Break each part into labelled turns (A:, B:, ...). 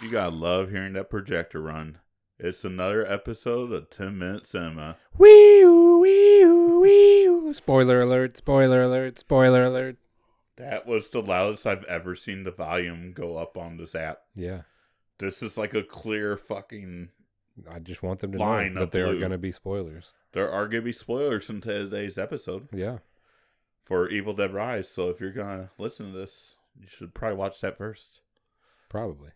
A: You gotta love hearing that projector run. It's another episode of 10 Minute Cinema.
B: Wee wee wee Spoiler alert, spoiler alert, spoiler alert.
A: That was the loudest I've ever seen the volume go up on this app.
B: Yeah.
A: This is like a clear fucking.
B: I just want them to
A: Line
B: know
A: of
B: that there are
A: blue.
B: going to be spoilers.
A: There are gonna be spoilers in today's episode
B: Yeah.
A: for Evil Dead Rise, so if you're gonna listen to this, you should probably watch that first.
B: Probably.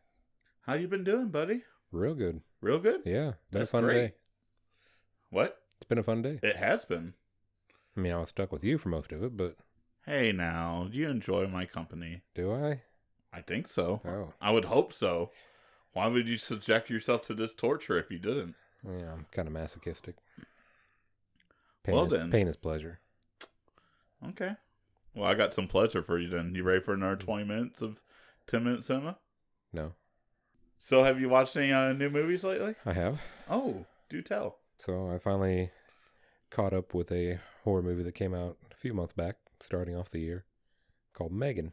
A: How you been doing, buddy?
B: Real good.
A: Real good?
B: Yeah. Been
A: That's
B: a fun
A: great.
B: day.
A: What?
B: It's been a fun day.
A: It has been.
B: I mean, I was stuck with you for most of it, but
A: Hey now, do you enjoy my company?
B: do I?
A: I think so.
B: Oh.
A: I would hope so. Why would you subject yourself to this torture if you didn't?
B: Yeah, I'm kind of masochistic. Pain
A: Well
B: is,
A: then.
B: Pain is pleasure.
A: Okay. Well, I got some pleasure for you then. You ready for another 20 minutes of 10 minute cinema?
B: No.
A: So, have you watched any uh, new movies lately?
B: I have.
A: Oh, do tell.
B: So I finally caught up with a horror movie that came out a few months back, starting off the year, called Megan.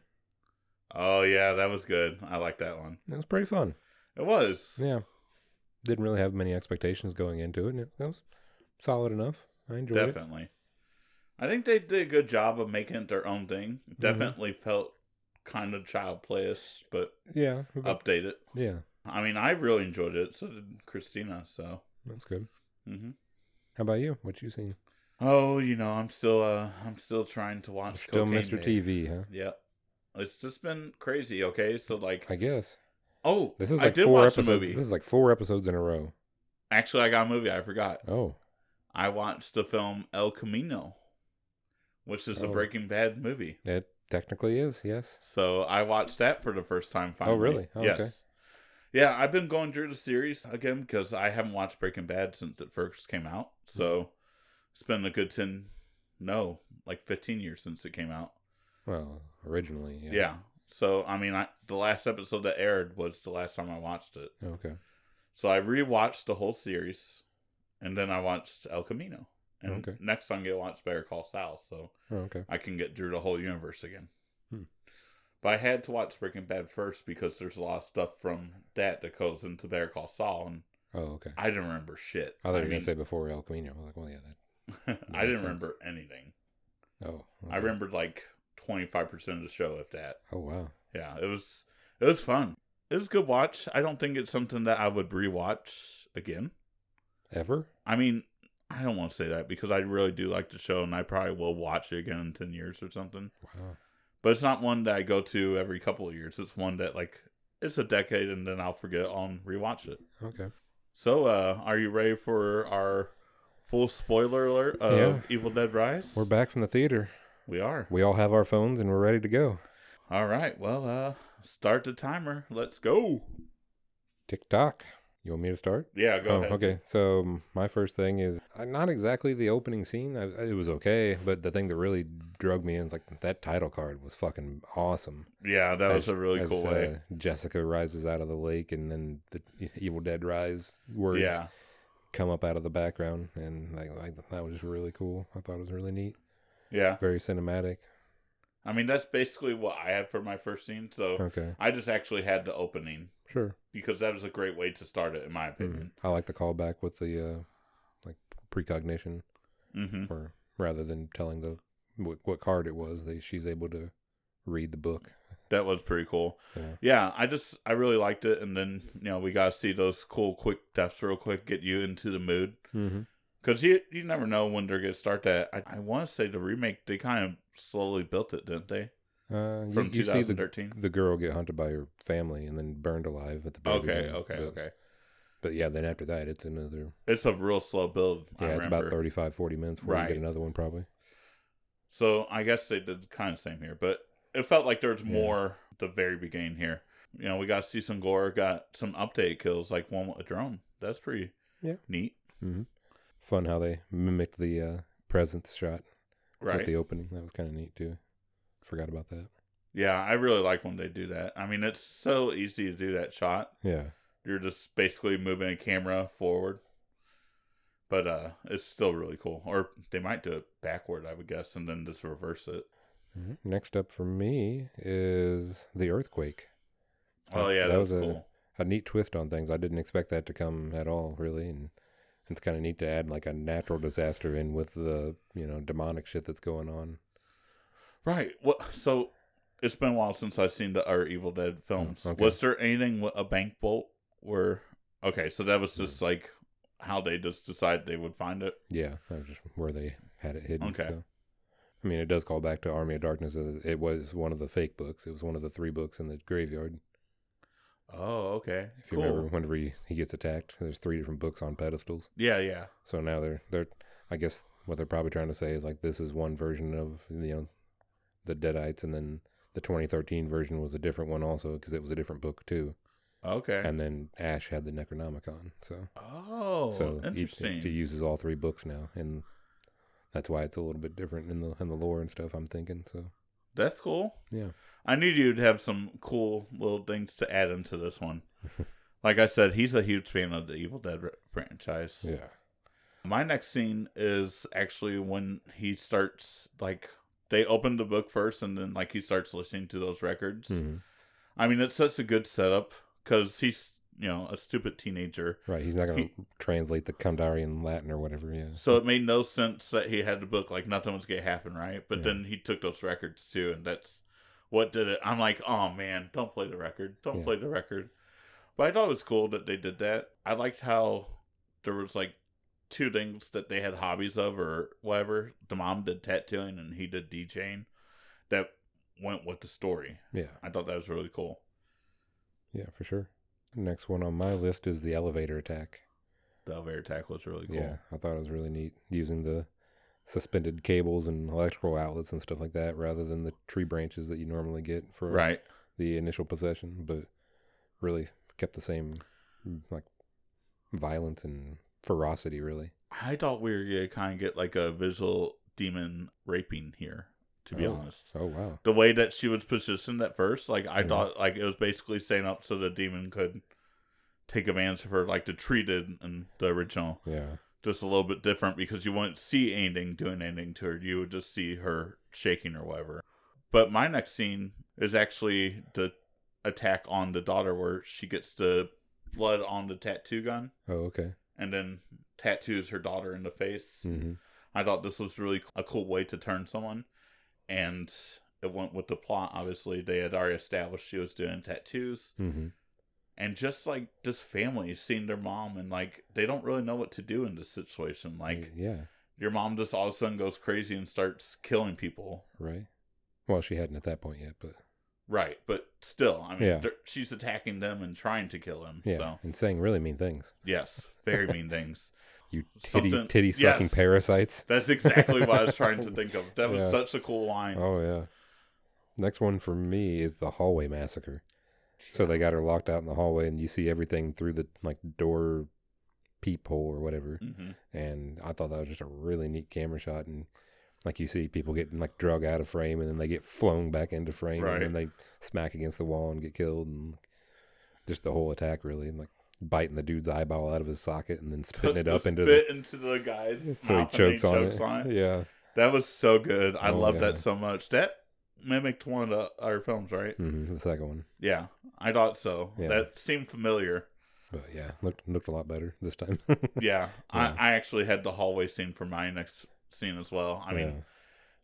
A: Oh, yeah, that was good. I like that one.
B: It was pretty fun.
A: It was.
B: Yeah. Didn't really have many expectations going into it, and it was solid enough. I enjoyed it.
A: Definitely. I think they did a good job of making it their own thing.
B: Mm-hmm.
A: Definitely felt kind of child playish, but
B: Yeah. but-
A: updated.
B: Yeah.
A: I mean, I really enjoyed it. So did Christina. So,
B: That's good.
A: hmm
B: How about you? What you seen?
A: oh, you know, I'm still, uh, I'm still trying to watch.
B: Still
A: Cocaine
B: Mr.
A: Baby.
B: TV, huh?
A: Yeah. It's just been crazy, okay? So like
B: I guess.
A: oh
B: This is
A: I
B: like
A: did
B: four
A: watch
B: episodes.
A: a movie.
B: This is like four episodes in a row.
A: Actually I got a movie, I forgot.
B: Oh.
A: I watched the film El Camino, which is a
B: Oh.
A: breaking bad movie.
B: It technically is, yes.
A: So I watched that for the first time finally.
B: really? Oh,
A: yes.
B: okay.
A: Yeah, I've been going through the series again because I haven't watched Breaking Bad since it first came out. So it's been a good ten no, like fifteen years since it came out.
B: Well, originally, yeah.
A: Yeah. So I mean I the last episode that aired was the last time I watched it.
B: Oh, Okay.
A: So I rewatched the whole series, and then I watched El Camino. And
B: Okay.
A: next I'm gonna watch Better Call Saul, so
B: Oh, okay.
A: I can get through the whole universe again.
B: Hmm.
A: But I had to watch Breaking Bad first because there's a lot of stuff from that that goes into Better Call Saul, and
B: Oh, okay. I
A: I didn't remember shit.
B: thought you were
A: mean,
B: gonna say before El Camino. I was like, well, yeah, that.
A: I
B: makes
A: didn't
B: sense.
A: remember anything.
B: Oh.
A: I
B: okay.
A: remembered like 25 percent of the show, if that.
B: Oh wow.
A: Yeah, it was it was fun. It was a good watch. I don't think it's something that I would rewatch again.
B: Ever?
A: I mean, I don't want to say that because I really do like the show and I probably will watch it again in 10 years or something.
B: Wow.
A: But it's not one that I go to every couple of years. It's one that, like, it's a decade and then I'll forget it and rewatch it.
B: Okay.
A: So, uh, are you ready for our full spoiler alert of
B: Yeah.
A: Evil Dead Rise?
B: We're back from the theater.
A: We are.
B: We all have our phones and we're ready to go.
A: All right. Well, uh, start the timer. Let's go.
B: Tick tock. You want me to start?
A: Yeah, go
B: oh,
A: ahead.
B: okay. So um, my first thing is uh, not exactly the opening scene. I, it was okay, but the thing that really drug me in is like that title card was fucking awesome.
A: Yeah, that was
B: As-
A: a really
B: as,
A: cool way.
B: uh, Jessica rises out of the lake, and then the Evil Dead rise words
A: Yeah.
B: come up out of the background, and like, like that was really cool. I thought it was really neat,
A: Yeah.
B: very cinematic.
A: I mean, that's basically what I had for my first scene. So,
B: Okay,
A: I just actually had the opening.
B: sure.
A: because that was a great way to start it, in my
B: Mhm.
A: opinion.
B: I like the callback with the uh, like precognition,
A: Mm-hmm.
B: or rather than telling the what, what card it was, they she's able to read the book.
A: That was pretty cool.
B: Yeah.
A: Yeah, I just I really liked it, and then you know we got to see those cool quick deaths real quick, get you into the mood
B: Mm-hmm.
A: because you you never know when they're gonna start that. I, I want to say the remake they kind of slowly built it, didn't they?
B: Uh, you,
A: From
B: you see the
A: 2013.
B: the girl get hunted by her family and then burned alive at the very
A: okay,
B: beginning.
A: okay,
B: but,
A: okay.
B: But yeah, then after that, it's another.
A: It's a real slow build.
B: Yeah,
A: I
B: it's about
A: remember.
B: 35, 40 minutes before you
A: Right.
B: get another one, probably.
A: So I guess they did kind of same here, but it felt like there's
B: Yeah.
A: more the very beginning here. You know, we got to see some gore, got some update kills, like one with a drone. That's pretty
B: Yeah.
A: neat,
B: hmm Fun how they mimicked the uh, presence shot
A: right?
B: with the opening. That was kind of neat too. Forgot about that.
A: yeah, I really like when they do that. I mean, it's so easy to do that shot.
B: Yeah,
A: You're just basically moving a camera forward, but uh, it's still really cool. Or they might do it backward, I would guess, and then just reverse it.
B: Mhm. Next up for me is the earthquake.
A: Oh
B: That-
A: yeah, that,
B: Oh, that
A: was,
B: was a-
A: cool.
B: a neat twist on things. I didn't expect that to come at all, really, and it's kind of neat to add like a natural disaster in with the you know demonic shit that's going on.
A: Right. Well, so it's been a while since I've seen the our Evil Dead films.
B: Mm, okay.
A: Was there anything with a bank bolt where? Okay, so that was
B: Mm.
A: just like how they just decided they would find it.
B: Yeah, that was just where they had it hidden.
A: Okay.
B: So. I mean, it does call back to Army of Darkness. As it was one of the fake books. It was one of the three books in the graveyard.
A: Oh, okay.
B: If you remember, whenever he, he gets attacked, there's three different books on pedestals.
A: Yeah, yeah.
B: So now they're they're I guess what they're probably trying to say is like this is one version of you know the Deadites, and then the 2013 version was a different one also because it was a different book too.
A: Okay.
B: And then Ash had the Necronomicon, so
A: oh,
B: so each,
A: interesting.
B: he uses all three books now, and that's why it's a little bit different in the in the lore and stuff. I'm thinking so.
A: That's cool.
B: Yeah.
A: I knew you'd have some cool little things to add into this one. like I said, he's a huge fan of the Evil Dead r- franchise.
B: Yeah.
A: My next scene is actually when he starts like they open the book first, and then like he starts listening to those records.
B: hmm
A: I mean, it's such a good setup because he's you know a stupid teenager,
B: Right. He's not going
A: He-
B: to translate the Kandarian Latin or whatever. Yeah.
A: so it made no sense that he had the book. Like nothing was gonna happen, right? But
B: Yeah.
A: then he took those records too, and that's what did it. I'm like, oh man, don't play the record, don't
B: Yeah.
A: play the record. But I thought it was cool that they did that. I liked how there was like two things that they had hobbies of or whatever. The mom did tattooing and he did DJing. That went with the story.
B: yeah.
A: I thought that was really cool.
B: Yeah. For sure. Next one on my list is the elevator attack.
A: The elevator attack was really cool.
B: Yeah, I thought it was really neat using the suspended cables and electrical outlets and stuff like that rather than the tree branches that you normally get for
A: Right.
B: the initial possession, but really kept the same like violence and ferocity really.
A: I thought we were gonna kind of get like a visual demon raping here. To be
B: Oh.
A: honest,
B: Oh wow.
A: the way that she was positioned at first, like I
B: Yeah.
A: thought, like it was basically staying up so the demon could take advantage of her, like the tree did in the original.
B: Yeah.
A: Just a little bit different because you wouldn't see anything doing anything to her; you would just see her shaking or whatever. But my next scene is actually the attack on the daughter, where she gets the blood on the tattoo gun,
B: Oh okay.
A: and then tattoos her daughter in the face.
B: hmm
A: I thought this was really a cool way to turn someone, and it went with the plot. Obviously, they had already established she was doing tattoos,
B: hmm
A: and just like this family seeing their mom, and like they don't really know what to do in this situation. Like
B: yeah,
A: your mom just all of a sudden goes crazy and starts killing people.
B: right. Well, she hadn't at that point yet, but
A: Right, but still, I mean,
B: Yeah.
A: they're- she's attacking them and trying to kill them.
B: yeah,
A: So
B: and saying really mean things.
A: yes, very mean things.
B: You titty
A: Something-
B: titty sucking
A: yes.
B: parasites.
A: That's exactly what I was trying to think of. That was
B: Yeah.
A: such a cool line.
B: Oh yeah. Next one for me is the hallway massacre. So they got her locked out in the hallway, and you see everything through the like door peephole or whatever.
A: Mhm.
B: And I thought that was just a really neat camera shot, and like you see people getting like drug out of frame, and then they get flown back into frame,
A: Right.
B: and then they smack against the wall and get killed, and just the whole attack really, and like biting the dude's eyeball out of his socket, and then spitting it
A: The
B: up into
A: spit into the guy's
B: the so he
A: mouth and
B: chokes, on, it. Yeah.
A: That was so good. I
B: Oh,
A: love
B: yeah.
A: that so much. That mimicked one of the- our films, right?
B: hmm The second one,
A: Yeah, I thought so.
B: Yeah.
A: That seemed familiar.
B: but yeah, looked looked a lot better this time.
A: Yeah,
B: Yeah.
A: I, I actually had the hallway scene for my next scene as well. I mean,
B: Yeah.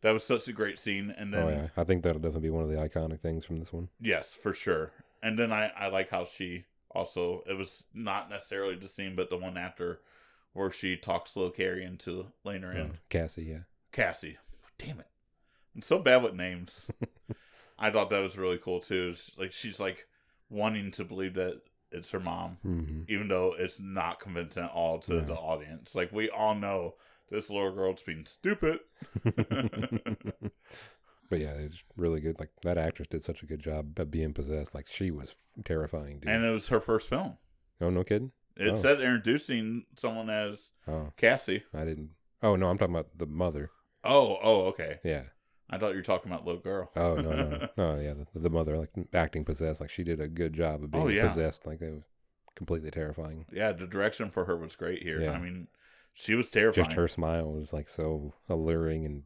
A: that was such a great scene. And then,
B: oh yeah, I think that'll definitely be one of the iconic things from this one.
A: yes, for sure. And then I, I like how she also, it was not necessarily the scene, but the one after where she talks little Carrie into laying her in.
B: Uh, Cassie, yeah,
A: Cassie. Damn it. I'm so bad with names. I thought that was really cool too. It's like she's like wanting to believe that it's her mom,
B: hmm
A: even though it's not convincing at all to the
B: No.
A: audience. Like we all know this little girl's being stupid.
B: but yeah, it's really good. Like that actress did such a good job of being possessed. Like she was terrifying, dude.
A: And it was her first film.
B: oh no, kidding.
A: It
B: Oh.
A: said introducing someone as
B: Oh,
A: Cassie.
B: I didn't. Oh no, I'm talking about the mother.
A: Oh, oh, okay.
B: Yeah.
A: I thought you were talking about little girl.
B: Oh no, no, no, no yeah, the, the mother like acting possessed. Like she did a good job of being
A: Oh, yeah.
B: possessed. Like that was completely terrifying.
A: yeah, the direction for her was great here.
B: Yeah.
A: I mean, she was terrifying.
B: Just her smile was like so alluring and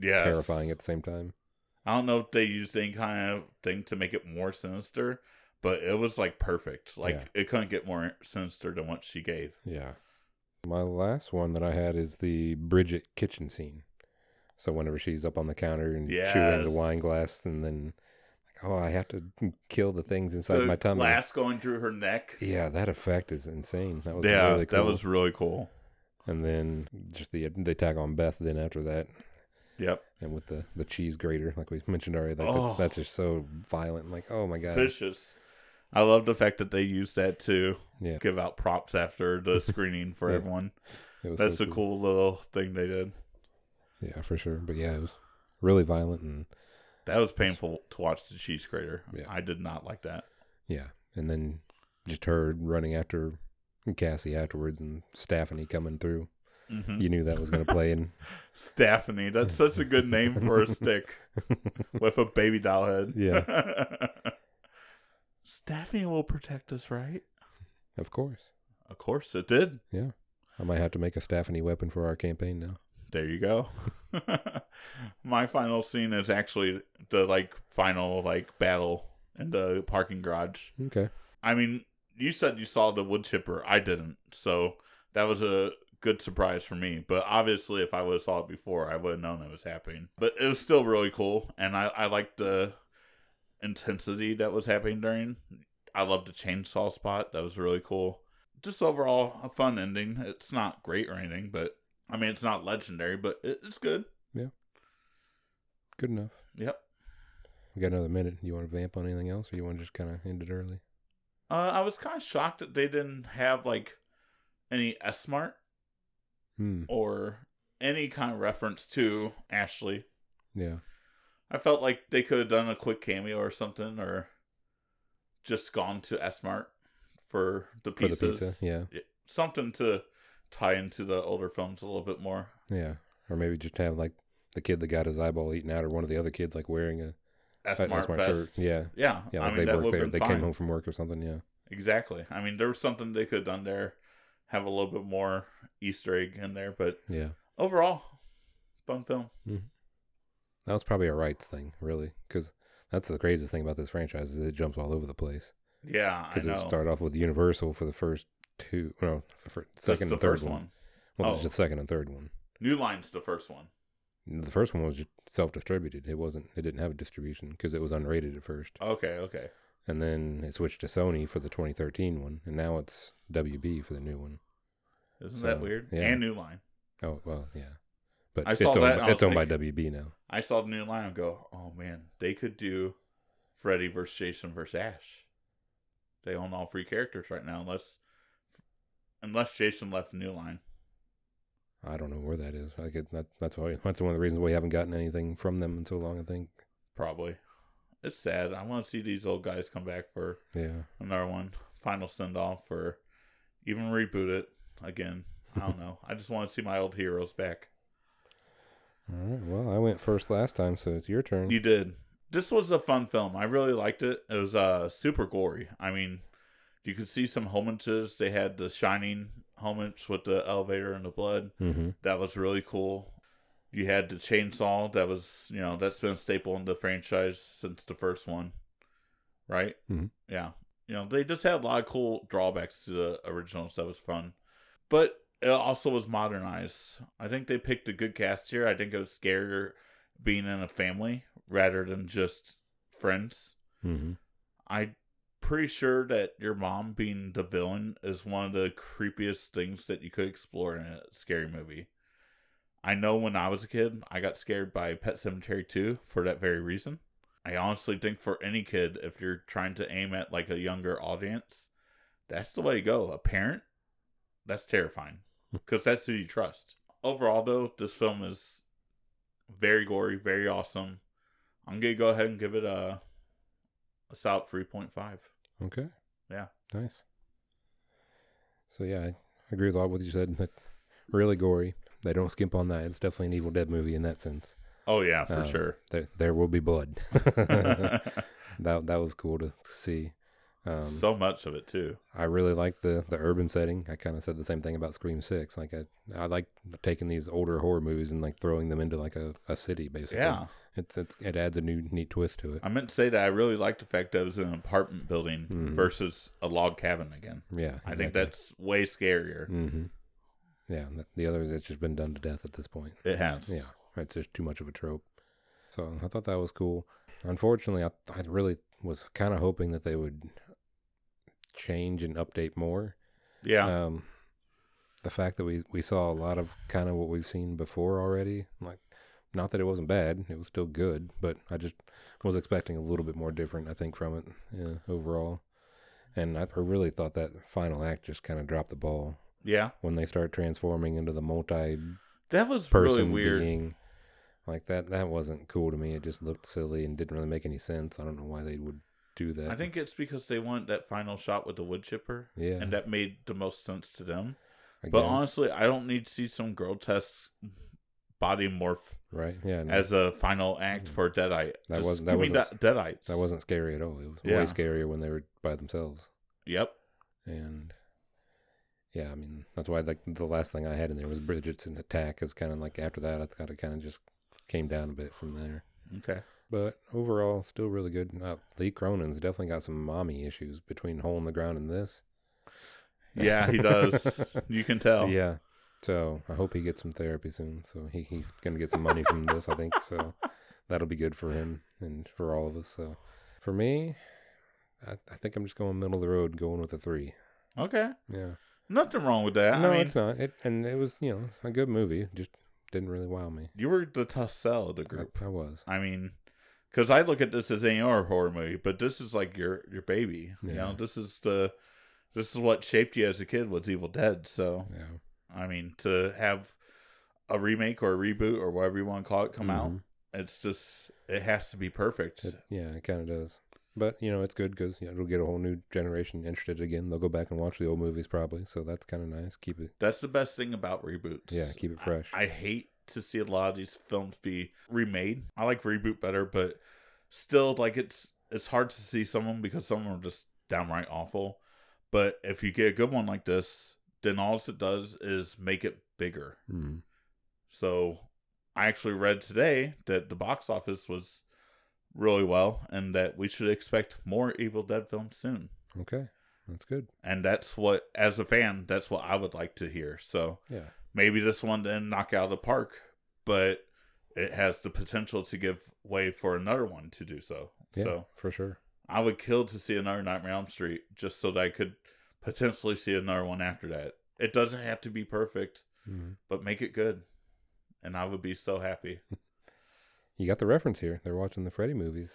A: yes.
B: terrifying at the same time.
A: I don't know if they used any kind of thing to make it more sinister, but it was like perfect. Like
B: Yeah.
A: it couldn't get more sinister than what she gave.
B: Yeah. My last one that I had is the Bridget kitchen scene. So whenever she's up on the counter and chewing
A: Yes.
B: the wine glass, and then like, oh, I have to kill the things inside
A: the
B: my tummy.
A: glass going through her neck.
B: Yeah, that effect is insane. That was
A: yeah,
B: really cool.
A: that was really cool.
B: And then just the they tag on Beth. Then after that,
A: Yep,
B: and with the the cheese grater, like we mentioned already, like
A: Oh.
B: that's, that's just so violent. Like, oh my god,
A: vicious. I love the fact that they used that to
B: Yeah.
A: give out props after the screening for
B: Yeah.
A: everyone.
B: It was
A: That's
B: so
A: a cool little thing they did.
B: Yeah, for sure. But yeah, it was really violent and
A: That was painful to watch the cheese grater.
B: Yeah.
A: I did not like that.
B: Yeah, and then just her running after Cassie afterwards and Stephanie coming through.
A: hmm
B: You knew that was going to play, and
A: Stephanie, that's such a good name for a stick with a baby doll head. Yeah. Stephanie will protect us, right?
B: of course,
A: Of course it did.
B: yeah, I might have to make a Stephanie weapon for our campaign now.
A: There you go. My final scene is actually the like final like battle in the parking garage.
B: Okay,
A: I mean, you said you saw the wood chipper. I didn't, so that was a good surprise for me. But obviously, if I would have saw it before, I would have known it was happening. But it was still really cool, and I I liked the intensity that was happening during. I loved the chainsaw spot. That was really cool. Just overall, a fun ending. It's not great or anything, but I mean, it's not legendary, but it, it's good.
B: good enough.
A: Yep.
B: We got another minute. You want to vamp on anything else, or you want to just kind of end it early?
A: Uh, I was kind of shocked that they didn't have like any S Mart
B: Hmm.
A: or any kind of reference to Ashley.
B: Yeah.
A: I felt like they could have done a quick cameo or something, or just gone to S Mart for the
B: For
A: pieces.
B: the pizza. Yeah.
A: Something to tie into the older films a little bit more.
B: Yeah. Or maybe just have like the kid that got his eyeball eaten out, or one of the other kids like wearing a
A: S
B: a- a
A: Mart best.
B: Uh, Yeah.
A: Yeah.
B: Yeah.
A: I
B: Like
A: mean,
B: they
A: that
B: worked
A: would
B: there.
A: have
B: They
A: been fine.
B: came home from work or something. Yeah.
A: Exactly. I mean, there was something they could have done there, have a little bit more Easter egg in there, but
B: Yeah.
A: overall, fun film.
B: That was probably a rights thing, really, because that's the craziest thing about this franchise is it jumps all over the place.
A: Yeah, I
B: Because
A: know.
B: it started off with Universal for the first two, no, for, for
A: That's
B: second
A: the
B: and third
A: first
B: one. Well, it's
A: Oh.
B: the second and third one.
A: New Line's the first one.
B: The first one was just self-distributed. It wasn't. It didn't have a distribution because it was unrated at first,
A: Okay, okay.
B: and then it switched to Sony for the 2013 one, and now it's WB for the new one.
A: Isn't
B: So,
A: that weird?
B: yeah.
A: And New Line.
B: Oh well, yeah, but
A: I
B: it's
A: saw
B: owned,
A: that and I
B: it's
A: was
B: owned by
A: like-
B: WB now.
A: I saw the new line and go, oh man, they could do Freddy versus Jason versus Ash. They own all three characters right now, unless unless Jason left New Line.
B: I don't know where that is. I could, that, that's why. That's one of the reasons why we haven't gotten anything from them in so long. I think.
A: Probably. It's sad. I want to see these old guys come back for
B: Yeah.
A: another one, final send off, or even reboot it again. I don't know. I just want to see my old heroes back.
B: All right. Well, I went first last time, so it's your turn.
A: You did. This was a fun film. I really liked it. It was uh super gory. I mean, you could see some homages. They had the shining homage with the elevator and the blood.
B: mm-hmm.
A: That was really cool. You had the chainsaw that was, you know, that's been a staple in the franchise since the first one. Right?
B: Mhm.
A: Yeah. You know, they just had a lot of cool drawbacks to the originals that was fun. But it also was modernized. I think they picked a good cast here. I think it was scarier being in a family rather than just friends.
B: Mm-hmm.
A: I'm pretty sure that your mom being the villain is one of the creepiest things that you could explore in a scary movie. I know when I was a kid, I got scared by Pet Cemetery 2 for that very reason. I honestly think for any kid, if you're trying to aim at like a younger audience, that's the way to go. A parent, that's terrifying because that's who you trust. Overall, though, this film is very gory, very awesome. I'm gonna go ahead and give it a a solid 3.5.
B: Okay.
A: Yeah.
B: Nice. So yeah, I agree with a lot what you said. Like, really gory. They don't skimp on that. It's definitely an Evil Dead movie in that sense.
A: Oh yeah, for
B: Um,
A: sure.
B: There, there will be blood. that that was cool to, to see. Um,
A: so much of it too.
B: I really like the the urban setting. I kind of said the same thing about Scream Six. Like I, I like taking these older horror movies and like throwing them into like a, a city basically.
A: Yeah,
B: it's, it's it adds a new neat twist to it.
A: I meant to say that I really liked the fact that it was an apartment building
B: Mhm.
A: versus a log cabin again.
B: Yeah,
A: I think that's way scarier.
B: hmm Yeah, and the- the others it's just been done to death at this point.
A: It has.
B: Yeah, it's just too much of a trope. So I thought that was cool. Unfortunately, I I really was kind of hoping that they would change and update more.
A: Yeah.
B: um, the fact that we, we saw a lot of kind of what we've seen before already. Like, not that it wasn't bad; it was still good, but I just was expecting a little bit more different. I think from it yeah, overall, and I, I really thought that final act just kind of dropped the ball
A: yeah.
B: when they start transforming into the multi-person
A: That was really weird.
B: being. Like that, that wasn't cool to me. It just looked silly and didn't really make any sense. I don't know why they would do that.
A: I think it's because they want that final shot with the wood chipper,
B: yeah,
A: and that made the most sense to them.
B: I
A: But
B: guess.
A: honestly, I don't need to see some grotesque body morph
B: right? Yeah, no.
A: as a final act for Deadite.
B: Mm-hmm. That
A: Just
B: wasn't- that
A: give me
B: wasn't-
A: De- Deadites.
B: That wasn't scary at all. It was
A: Yeah.
B: way scarier when they were by themselves.
A: Yep.
B: And yeah, I mean that's why like the last thing I had in there was Bridget's an attack. Is kind of like after that, I thought it kind of just came down a bit from there.
A: Okay.
B: But overall, still really good. Uh, Lee Cronin's definitely got some mommy issues between Hole in the Ground and this.
A: Yeah, he does. you can tell.
B: Yeah. So I hope he gets some therapy soon. So he, he's gonna get some money from this, I think. So that'll be good for him and for all of us. So for me, I, I think I'm just going middle of the road, going with a three.
A: Okay.
B: Yeah.
A: Nothing wrong with that.
B: no,
A: I mean,
B: it's not. It and it was you know it's a good movie. Just didn't really wow me.
A: you were the tough sell of the
B: I,
A: group.
B: I was.
A: I mean, because I look at this as any other horror movie, but this is like your your baby. You
B: Yeah.
A: know, this is the this is what shaped you as a kid was Evil Dead. So
B: Yeah.
A: I mean, to have a remake or a reboot or whatever you want to call it come out,
B: Mhm.
A: it's just it has to be perfect.
B: It, yeah, it kind of does. But you know it's good because you know, it'll get a whole new generation interested again. They'll go back and watch the old movies probably. So that's kind of nice. Keep it.
A: That's the best thing about reboots.
B: Yeah, keep it fresh.
A: I hate to see a lot of these films be remade. I like reboot better, but still, like it's it's hard to see some of them because some of them are just downright awful. But if you get a good one like this, then all it does is make it bigger.
B: Mm.
A: So I actually read today that the box office was really well, and that we should expect more Evil Dead films soon.
B: Okay, that's good.
A: And that's what, as a fan, that's what I would like to hear. So
B: Yeah.
A: maybe this one didn't knock out of the park, but it has the potential to give way for another one to do so.
B: Yeah.
A: So
B: for sure.
A: I would kill to see another Nightmare on Elm Street just so that I could potentially see another one after that. It doesn't have to be perfect,
B: Mhm.
A: but make it good. And I would be so happy.
B: You got the reference here. They're watching the Freddy movies,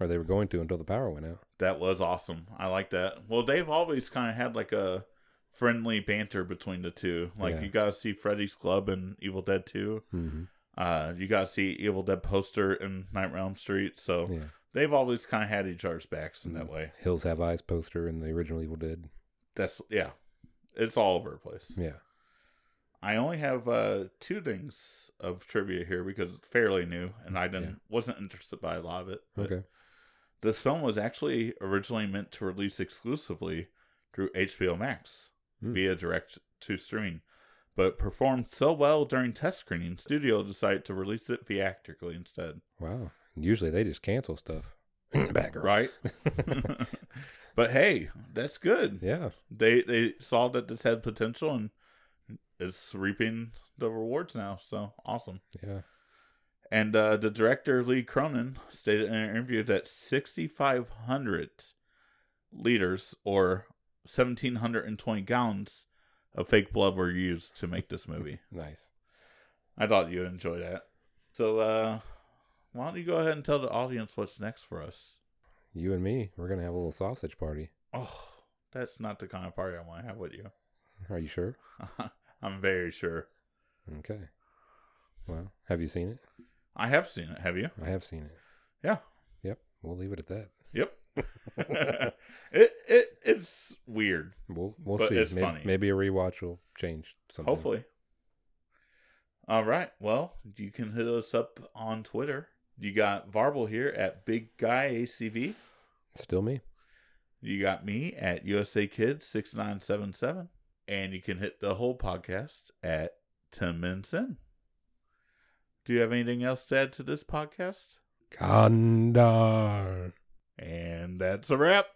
B: or they were going to until the power went out.
A: That was awesome. I like that. Well, they've always kind of had like a friendly banter between the two. Like
B: Yeah.
A: you gotta see Freddy's Club and Evil Dead Two.
B: Mm-hmm.
A: Uh, you gotta see Evil Dead poster in Nightmare on Elm Street. So
B: Yeah.
A: they've always kind of had each other's backs in that
B: Mm.
A: way.
B: Hills Have Eyes poster and the original Evil Dead.
A: That's yeah, it's all over the place.
B: Yeah.
A: I only have uh, two things of trivia here because it's fairly new, and I didn't wasn't interested by a lot of it. But
B: Okay.
A: This film was actually originally meant to release exclusively through HBO Max
B: Mm.
A: via direct to streaming, but performed so well during test screening, studio decided to release it theatrically instead.
B: Wow. Usually they just cancel stuff. Back
A: Right? but hey, that's good.
B: Yeah.
A: they they saw that this had potential and it's reaping the rewards now. So awesome.
B: Yeah.
A: And uh, the director Lee Cronin stated in an interview that 6,500 liters or 1,720 gallons of fake blood were used to make this movie.
B: Nice.
A: I thought you'd enjoy that. So uh, why don't you go ahead and tell the audience what's next for us?
B: You and me, we're gonna have a little sausage party.
A: Oh, that's not the kind of party I want to have with you.
B: Are you sure?
A: I'm very sure.
B: Okay. Well, have you seen it?
A: I have seen it. Have you?
B: I have seen it.
A: Yeah.
B: Yep. We'll leave it at that.
A: Yep. it it it's weird.
B: We'll we'll
A: But
B: see.
A: it's
B: May-
A: funny.
B: Maybe a rewatch will change something.
A: Hopefully. All right. Well, you can hit us up on Twitter. You got Varble here at Big Guy ACV.
B: Still me.
A: You got me at USA Kids six nine seven seven, and you can hit the whole podcast at Tim Minson. Do you have anything else to add to this podcast?
B: Kandar.
A: And that's a wrap.